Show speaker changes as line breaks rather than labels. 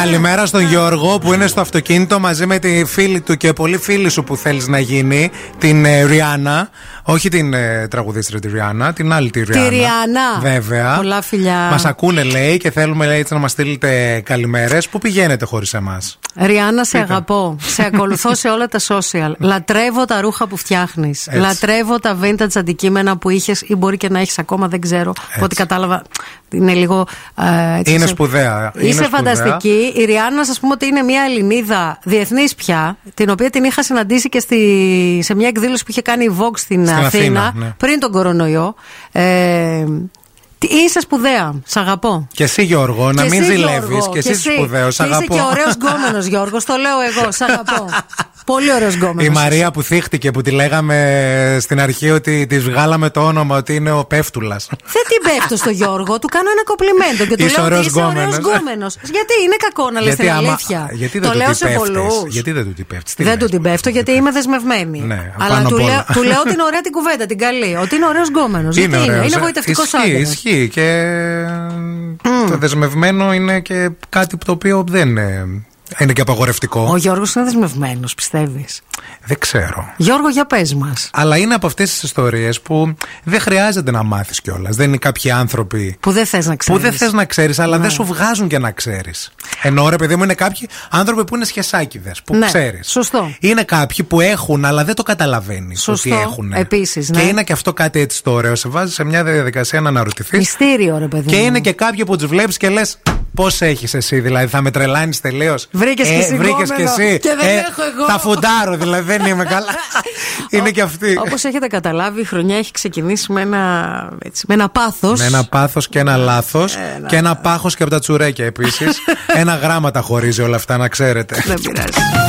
Καλημέρα στον Γιώργο που είναι στο αυτοκίνητο μαζί με τη φίλη του και πολύ φίλη σου που θέλεις να γίνει, την ε, Ριάννα. Όχι την ε, τραγουδίστρια τη Ριάννα, την άλλη τη Ριάννα.
Ριάννα.
Βέβαια.
Πολλά φιλιά.
Μας ακούνε, λέει, και θέλουμε λέει, έτσι να μας στείλετε καλημέρες. Πού πηγαίνετε χωρίς εμάς.
Ριάννα, σε αγαπώ. σε ακολουθώ σε όλα τα social. Λατρεύω τα ρούχα που φτιάχνεις.
Έτσι.
Λατρεύω τα vintage αντικείμενα που είχες ή μπορεί και να έχεις ακόμα, δεν ξέρω. Από ό,τι κατάλαβα, είναι λίγο. ε, έτσι,
Είναι
σε-
σπουδαία. Είναι
Είσαι
σπουδαία.
φανταστική. Η Ριάννα, ας πούμε, ότι είναι μια Ελληνίδα διεθνής πια, την οποία την είχα συναντήσει και στη, σε μια εκδήλωση που είχε κάνει η Vox στην,
Στην
Αθήνα,
Αθήνα, ναι.
πριν τον κορονοϊό. Ε, τι- είσαι σπουδαία. Σ' αγαπώ.
Και εσύ, Γιώργο, να
Και
μην
εσύ,
ζηλεύεις.
Γιώργο,
Και εσύ σπουδαίος.
Και Είσαι
Αγαπώ.
και ωραίος γκόμενος, Γιώργο. Το λέω εγώ. Σ' αγαπώ. Πολύ ωραίος γκόμενος.
Η Μαρία που θύχτηκε, που τη λέγαμε στην αρχή ότι της βγάλαμε το όνομα ότι είναι ο Πεύτουλα.
Δεν την πέφτω στο Γιώργο, του κάνω ένα κομπλιμέντο και του
Είσαι
λέω ότι
ωραίος
είσαι ωραίος
γκόμενος.
γκόμενος. Γιατί είναι κακό να λες την αλήθεια.
γιατί δεν
το
του
λέω
την
σε
πέφτεις?
πολλούς.
Γιατί δεν του την πέφτεις? Τι
Δεν
λες,
του την
που
πέφτω γιατί
την
είμαι δεσμευμένη.
Ναι,
Αλλά
πάνω
του
απ' όλα.
λέω, του λέω την ωραία την κουβέντα, την καλή. Ότι είναι ωραίος γκόμενος.
Είναι
Γιατί είναι,
ωραίος,
είναι
ε.
βοητευτικός
ισχύει,
άντρα.
Ισχύει και το δεσμευμένο είναι και κάτι το οποίο δεν είναι, είναι και απαγορευτικό.
Ο Γιώργος είναι δεσμευμένος, πιστεύεις.
Δεν ξέρω.
Γιώργο, για πες μας.
Αλλά είναι από αυτές τις ιστορίες που δεν χρειάζεται να μάθεις κιόλας. Δεν είναι κάποιοι άνθρωποι
Που δεν θες να ξέρει.
που δεν θες να ξέρεις, αλλά
Ναι.
δεν σου βγάζουν και να ξέρεις. Ενώ ρε, παιδί μου, είναι κάποιοι άνθρωποι που είναι σχεσάκιδε, που
Ναι,
ξέρεις.
σωστό.
Είναι κάποιοι που έχουν, αλλά δεν το καταλαβαίνεις ότι
Σωστό,
έχουν.
επίσης,
Και
ναι.
είναι και αυτό κάτι έτσι το ωραίο. Σε βάζει σε μια διαδικασία να αναρωτηθείς.
Μυστήριο, ρε παιδί.
Και
μου.
είναι και κάποιοι που τους βλέπεις και λες. Πώς έχεις εσύ, δηλαδή θα με τρελάνεις τελείως.
Βρήκες και εσύ
βρήκες και
γκόμενο
εσύ.
και δεν έχω εγώ.
Τα φουντάρω, δηλαδή δεν είμαι καλά. είναι και αυτή.
Όπως έχετε καταλάβει, η χρονιά έχει ξεκινήσει με ένα, έτσι, με ένα πάθος.
Με ένα πάθος και ένα λάθο. Και ένα πάχος και από τα τσουρέκια επίσης. ένα γράμμα τα χωρίζει όλα αυτά, να ξέρετε.
Δεν πειράζει.